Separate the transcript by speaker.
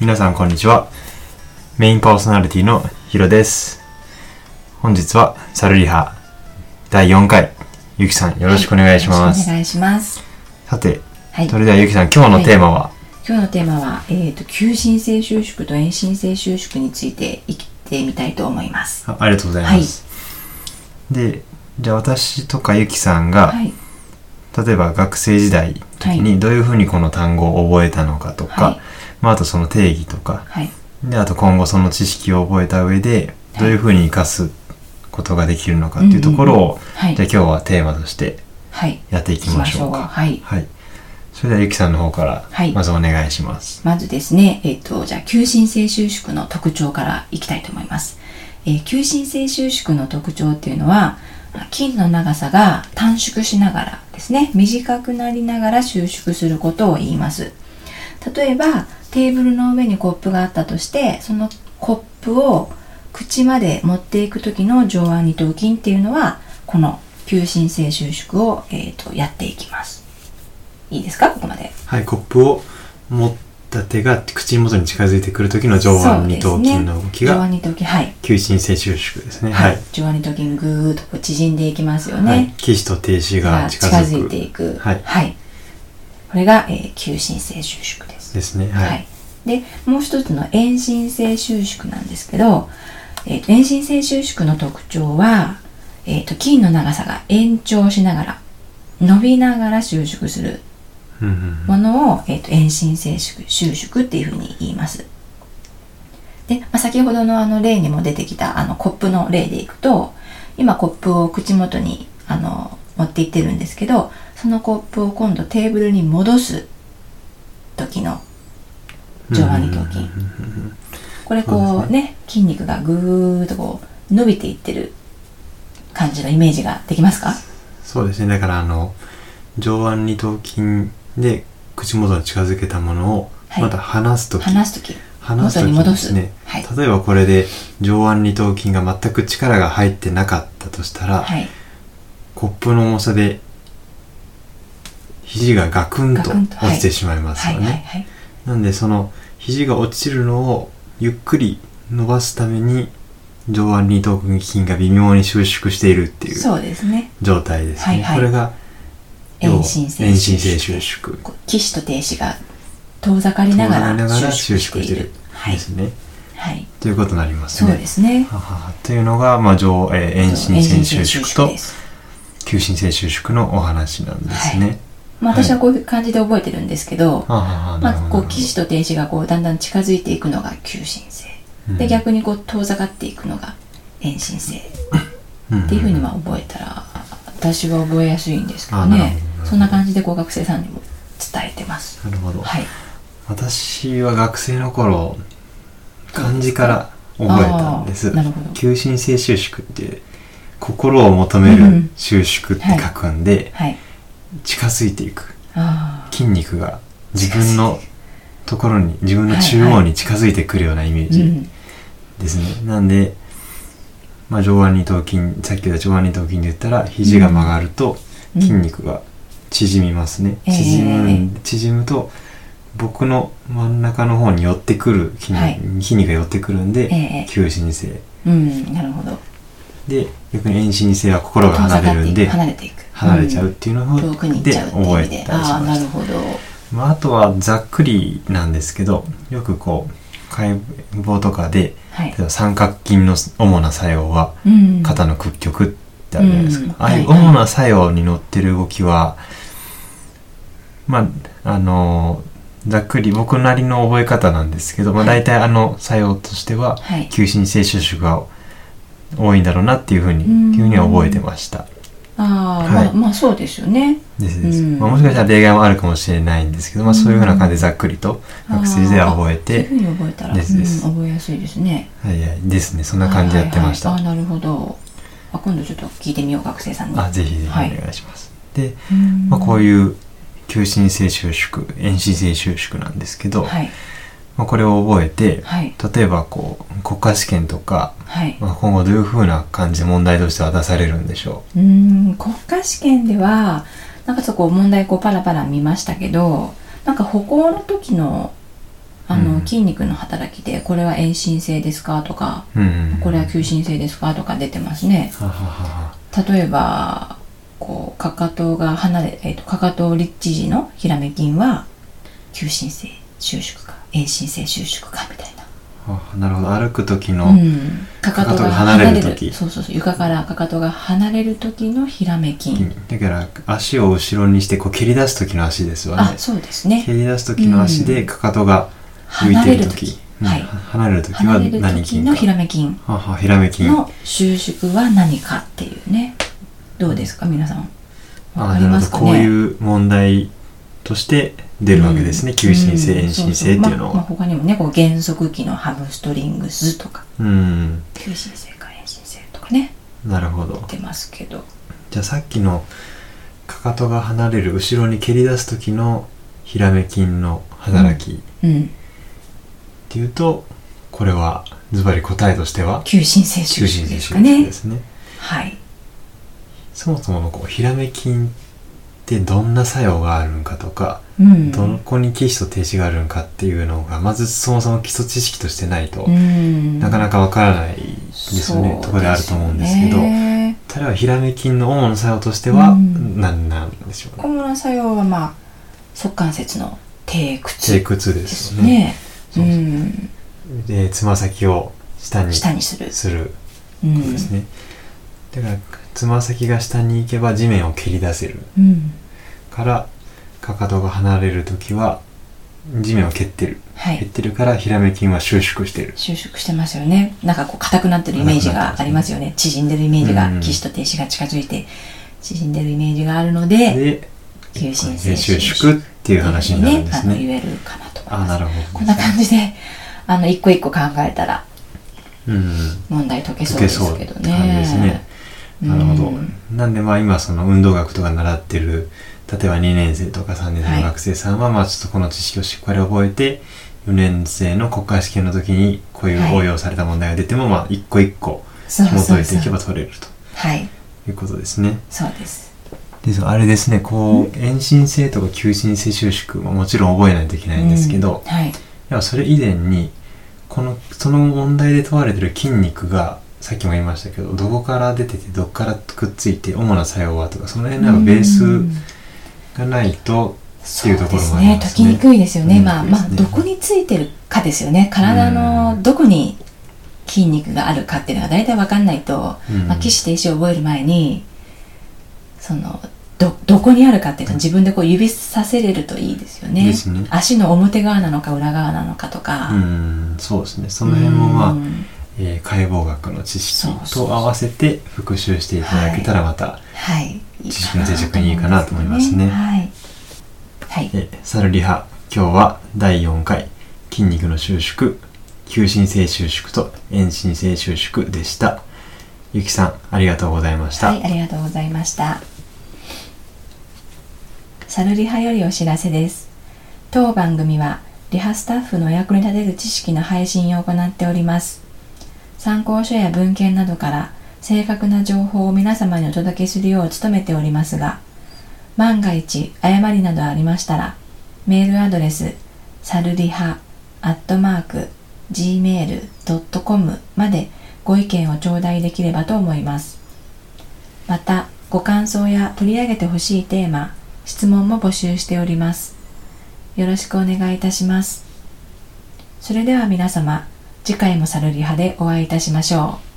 Speaker 1: 皆さんこんにちはメインパーソナリティのヒロです本日はサルリハ第4回ゆきさんよろしくお願いしま
Speaker 2: よろしく
Speaker 1: す、
Speaker 2: お願いします。
Speaker 1: さて
Speaker 2: はい。
Speaker 1: それではゆきさん今日のテーマは、
Speaker 2: 今日のテーマは、えっ、と、求心性収縮と遠心性収縮について生きてみたいと思います。
Speaker 1: あありがとうございます、でじゃあ私とかゆきさんが、
Speaker 2: はい。
Speaker 1: 例えば学生時代の時
Speaker 2: は
Speaker 1: にどういうふうにこの単語を覚えたのかとか、
Speaker 2: はい
Speaker 1: まあ、あとその定義とか
Speaker 2: はい。
Speaker 1: であと今後その知識を覚えた上で
Speaker 2: はい
Speaker 1: どういうふうに活かすことができるのかっていうところを、
Speaker 2: はい
Speaker 1: じゃ。あ今日はテーマとして
Speaker 2: はい。
Speaker 1: やっていきましょう
Speaker 2: 行き
Speaker 1: か。
Speaker 2: はい。
Speaker 1: はい、それではゆきさんの方から
Speaker 2: はい
Speaker 1: まずお願いします。
Speaker 2: まずですね、えっ、と、じゃあ、求心性収縮の特徴からいきたいと思います。えー求心性収縮の特徴っていうのは、筋の長さが短縮しながらですね、短くなりながら収縮することを言います。例えば、テーブルの上にコップがあったとして、そのコップを口まで持っていく時の上腕二頭筋っていうのは、この求心性収縮を、えー、とやっていきます。いいですかここまで。
Speaker 1: はい、コップを持った手が口元に近づいてくる時の上腕二頭筋の動き
Speaker 2: そう
Speaker 1: が
Speaker 2: ですね、上腕二頭筋はい、
Speaker 1: 急進性収縮ですね。
Speaker 2: は
Speaker 1: はいい、
Speaker 2: 上腕二頭筋ぐーっとこう縮んでいきますよね、
Speaker 1: はい、起止と停止が近づ
Speaker 2: が
Speaker 1: く
Speaker 2: 近づいていく
Speaker 1: はい
Speaker 2: これが、えー求心性収縮です
Speaker 1: ですね。
Speaker 2: はい、
Speaker 1: はい、
Speaker 2: でもう一つの遠心性収縮なんですけど、えーと遠心性収縮の特徴は、えーと筋の長さが延長しながら伸びながら収縮する
Speaker 1: うんうんうん
Speaker 2: ものを、えー、と遠心性収縮っていうふうに言います。で、まあ、先ほどのあの例にも出てきたあのコップの例でいくと今コップを口元にあの持っていってるんですけどそのコップを今度テーブルに戻す時の上腕二頭筋これ
Speaker 1: そう
Speaker 2: こ
Speaker 1: で
Speaker 2: うね筋肉がぐーっとこう伸びていってる感じのイメージができますか
Speaker 1: そうですねだからあの上腕二頭筋で口元に近づけたものを
Speaker 2: はい
Speaker 1: また離す時、
Speaker 2: 離す時
Speaker 1: 離す時
Speaker 2: 元に戻
Speaker 1: ですすね、
Speaker 2: はい
Speaker 1: 例えばこれで上腕二頭筋が全く力が入ってなかったとしたら、
Speaker 2: はい
Speaker 1: コップの重さで肘がガクン
Speaker 2: ガ
Speaker 1: と
Speaker 2: クンと
Speaker 1: 落ちてしまいます
Speaker 2: はい
Speaker 1: よね、
Speaker 2: はいはい
Speaker 1: なんでその肘が落ちるのをゆっくり伸ばすために上腕二頭筋が微妙に収縮しているっていう
Speaker 2: そうですね
Speaker 1: 状態ですね、
Speaker 2: はいはい
Speaker 1: これが要は
Speaker 2: 遠心性
Speaker 1: 遠心性収縮
Speaker 2: こう岸と停止が遠ざかりながら収縮している。はい
Speaker 1: で。すね、
Speaker 2: はい。
Speaker 1: ということになります
Speaker 2: そう
Speaker 1: ね
Speaker 2: ですね。
Speaker 1: はははというのが、まあ上えー遠心性収縮と
Speaker 2: です
Speaker 1: 急心性収縮のお話なんですね、
Speaker 2: まあ私はこういう感じで覚えてるんですけど、
Speaker 1: はははなる
Speaker 2: まあ
Speaker 1: ほど
Speaker 2: こう岸と停止がこうだんだん近づいていくのが求心性。で逆にこう遠ざかっていくのが遠心性っていうふうにまあ覚えたら、私は覚えやすいんですけど
Speaker 1: あなるほど
Speaker 2: ね
Speaker 1: なるほ。ど
Speaker 2: そんな感じでこう学生さんにも伝えてます。
Speaker 1: なるほど、
Speaker 2: はい。
Speaker 1: 私は学生の頃漢字から覚えたんで
Speaker 2: あ
Speaker 1: す
Speaker 2: ーなるほど
Speaker 1: 急心性収縮って心を求め
Speaker 2: う
Speaker 1: る
Speaker 2: ん
Speaker 1: 収縮って書くんで、
Speaker 2: はい。
Speaker 1: 近づいていく
Speaker 2: ああ。
Speaker 1: 筋肉が自分のところに自分の中央に近づいてくるようなイメー
Speaker 2: う
Speaker 1: ジ
Speaker 2: ん。
Speaker 1: ですね、なんで、まあ、上腕二頭筋さっき言った上腕二頭筋で言ったら肘が曲がると
Speaker 2: うん
Speaker 1: 筋肉が縮みますね、
Speaker 2: ええ
Speaker 1: 縮む縮むと僕の真ん中の方に寄ってくる筋,、
Speaker 2: はい
Speaker 1: 筋肉が寄ってくるん
Speaker 2: え
Speaker 1: で
Speaker 2: え
Speaker 1: 求心性
Speaker 2: うん。なるほど。
Speaker 1: で逆に遠心性は心が離れるん
Speaker 2: 遠
Speaker 1: で
Speaker 2: ざかっていく離れていく
Speaker 1: 離れちゃうっていうの
Speaker 2: うん遠くに行っ
Speaker 1: で
Speaker 2: ちゃうっていう意
Speaker 1: 覚え
Speaker 2: 味
Speaker 1: たり
Speaker 2: で
Speaker 1: しま
Speaker 2: ああー
Speaker 1: し
Speaker 2: な
Speaker 1: た
Speaker 2: るほど
Speaker 1: まあ、あとはざっくりなんですけどよくこう解剖とかで
Speaker 2: は
Speaker 1: 例
Speaker 2: い
Speaker 1: えば三角筋の主な作用は
Speaker 2: うん
Speaker 1: 肩の屈曲ってあるじゃないですか、
Speaker 2: うん
Speaker 1: ああいう
Speaker 2: はいはい
Speaker 1: 主な作用に乗ってる動きはまああのざっくり僕なりの覚え方なんですけど、まあ、
Speaker 2: はい
Speaker 1: 大体あの作用としては
Speaker 2: はい
Speaker 1: 求心性収縮が多いんだろうなっていうふうに
Speaker 2: うん
Speaker 1: いうふうには覚えてました。
Speaker 2: ああ、
Speaker 1: はい
Speaker 2: まあまあそうですよね
Speaker 1: ですです
Speaker 2: うん
Speaker 1: まあ、もしかしたら例外もあるかもしれないんですけど、まあ、そういうふうな感じでざっくりと学生時代は覚え
Speaker 2: そうい
Speaker 1: て
Speaker 2: うふうに覚えたら
Speaker 1: ですです
Speaker 2: うん、覚えやすいですね
Speaker 1: はいはいですねそんな感じでやってました、
Speaker 2: はいはいはいああなるほどあ今度ちょっと聞いてみよう学生さんに
Speaker 1: あぜひぜひお
Speaker 2: はい
Speaker 1: 願いします、で、
Speaker 2: うん
Speaker 1: まあ、こういう求心性収縮遠心性収縮なんですけど、
Speaker 2: はい
Speaker 1: まあ、これを覚えて、
Speaker 2: はい
Speaker 1: 例えばこう国家試験とか、
Speaker 2: はい
Speaker 1: まあ、今後どういうふうな感じで問題としては出されるんでしょ
Speaker 2: うーん国家試験ではなんかそこ問題こうパラパラ見ましたけどなんか歩行の時のあの、
Speaker 1: うん
Speaker 2: 筋肉の働きでこれは遠心性ですかとか
Speaker 1: うんうん
Speaker 2: これは急進性ですかとか出てますね
Speaker 1: ははは
Speaker 2: 例えばこうかかとが離れ、えー、とかかと立地時のひらめ筋は急進性収縮か遠心性収縮かみたいな
Speaker 1: はあなるほど歩く時の、
Speaker 2: うん、かか
Speaker 1: か
Speaker 2: と
Speaker 1: と
Speaker 2: が
Speaker 1: が
Speaker 2: 離
Speaker 1: 離
Speaker 2: れ
Speaker 1: れ
Speaker 2: る
Speaker 1: る
Speaker 2: 時
Speaker 1: 時
Speaker 2: そうそうそう床からかかとが離れる時のひらめ筋、
Speaker 1: だから足を後ろにしてこう蹴り出す時の足ですわ
Speaker 2: あ
Speaker 1: ね
Speaker 2: そうですね
Speaker 1: 蹴り出す時の足でかかとが浮
Speaker 2: 離
Speaker 1: い
Speaker 2: れ
Speaker 1: て
Speaker 2: る
Speaker 1: る
Speaker 2: 時
Speaker 1: 時
Speaker 2: はい
Speaker 1: うん離れる時は
Speaker 2: 離れる
Speaker 1: 何
Speaker 2: 時
Speaker 1: 筋
Speaker 2: のひ
Speaker 1: から
Speaker 2: め筋
Speaker 1: ははひらめ筋
Speaker 2: の収縮は何かっていうねどうですか皆さんわ
Speaker 1: あ
Speaker 2: か
Speaker 1: あ
Speaker 2: り
Speaker 1: な
Speaker 2: ま
Speaker 1: る
Speaker 2: す
Speaker 1: ほどこ
Speaker 2: か
Speaker 1: う
Speaker 2: ね
Speaker 1: いう問題として出るわけですね、急進性遠心性っていうの
Speaker 2: んそそまあまあ、
Speaker 1: は
Speaker 2: 他にもねこう減速期のハムストリングスとか
Speaker 1: うん
Speaker 2: 急進性か遠心性とかね
Speaker 1: なるほど
Speaker 2: 出ますけど
Speaker 1: じゃあさっきのかかとが離れる後ろに蹴り出す時のひらめ筋の働きっ
Speaker 2: うん
Speaker 1: ていうと、これはズバリ答えとしては
Speaker 2: 急進性収
Speaker 1: 中心性手
Speaker 2: 縮です
Speaker 1: 術
Speaker 2: かね
Speaker 1: ですね
Speaker 2: はい
Speaker 1: そもそものこうひらめ筋ってどんな作用があるのかとか、
Speaker 2: うん
Speaker 1: どこに起死と停止があるのかっていうのがまずそもそも基礎知識としてないと、
Speaker 2: うん
Speaker 1: なかなかわからないですよねところであると思うんですけど例えばひらめ筋の主な作用としては
Speaker 2: うん
Speaker 1: 何なんでしょうね、
Speaker 2: 主な作用はまあ足関節の低
Speaker 1: 低
Speaker 2: 屈
Speaker 1: 屈で
Speaker 2: ですす
Speaker 1: よね
Speaker 2: ね
Speaker 1: そうそう
Speaker 2: うん
Speaker 1: でつま先を下に
Speaker 2: 下にする
Speaker 1: する
Speaker 2: うん
Speaker 1: ことですね、だからつま先が下に行けば地面を蹴り出せる
Speaker 2: うん
Speaker 1: からかかとが離れる時は地面を蹴ってる
Speaker 2: は
Speaker 1: 蹴っ
Speaker 2: い
Speaker 1: てるからひらめ筋は収縮してる
Speaker 2: 収縮してますよねなんかこう硬くなってるイメージがありますよね縮んでるイメージ
Speaker 1: う
Speaker 2: が
Speaker 1: ん
Speaker 2: 騎士と停止が近づいて縮んでるイメージがあるので
Speaker 1: で
Speaker 2: 急進性
Speaker 1: で収縮っていう話になるんです
Speaker 2: あの
Speaker 1: ね
Speaker 2: 言えるかなと思い
Speaker 1: あ
Speaker 2: ます
Speaker 1: なるほど
Speaker 2: こんな感じであの一個一個考えたら
Speaker 1: うん
Speaker 2: 問題解けそ
Speaker 1: 解け
Speaker 2: うです
Speaker 1: そうっ
Speaker 2: け
Speaker 1: て
Speaker 2: ど
Speaker 1: 感
Speaker 2: ね
Speaker 1: じですねなるほど、
Speaker 2: うん
Speaker 1: なんでまあ今その運動学とか習ってる例えば2年生とか3年生の学生さんはまあちょっとこの知識をしっかり覚えて4年生の国家試験の時にこういう応用された問題が出てもまあ一個一個
Speaker 2: そうそう
Speaker 1: 紐
Speaker 2: そう
Speaker 1: 解いていけば取れると
Speaker 2: はい
Speaker 1: いうことですね。
Speaker 2: そうです
Speaker 1: でそうあれですねこう遠心性とか急進性収縮ももちろん覚えないといけないんですけど、
Speaker 2: うんはい
Speaker 1: でもそれ以前にこのその問題で問われてる筋肉がさっきも言いましたけどどこから出ててどこからくっついて主な作用はとかその辺のベースがないとっていうところもありますね。
Speaker 2: そうですね解きにくいですよね
Speaker 1: うんそ
Speaker 2: まあ
Speaker 1: うで
Speaker 2: まあ
Speaker 1: すね
Speaker 2: どこについてるかですよね体のどこに筋肉があるかっていうのが大体わかんないと、
Speaker 1: うん
Speaker 2: まあ、起死停止を覚える前にそのどどこにあるかっていうのを自分でこう指させれるといいですよね
Speaker 1: ですね
Speaker 2: 足の表側なのか裏側なのかとか、
Speaker 1: うんそうですねその辺もまあ、
Speaker 2: うん
Speaker 1: えー解剖学の知
Speaker 2: そうそう
Speaker 1: 識
Speaker 2: そう
Speaker 1: と合わせて復習していただけたらまた、
Speaker 2: はいいい
Speaker 1: 知
Speaker 2: か
Speaker 1: 識の
Speaker 2: な
Speaker 1: 定着にいいかなと思いますね
Speaker 2: はい、はい、
Speaker 1: えサルリハ今日は第4回筋肉の収縮急進性収縮と遠心性収縮でしたゆきさんありがとうございました、
Speaker 2: はい、ありがとうございました。サルリハよりお知らせです。当番組は、リハスタッフのお役に立てる知識の配信を行っております。参考書や文献などから、正確な情報を皆様にお届けするよう努めておりますが、万が一、誤りなどありましたら、メールアドレス、サルリハ、アットマーク、gmail.com までご意見を頂戴できればと思います。またご感想や取り上げてほしいテーマ質問も募集しておりますよろしくお願いいたしますそれでは皆様次回もサルリハでお会いいたしましょう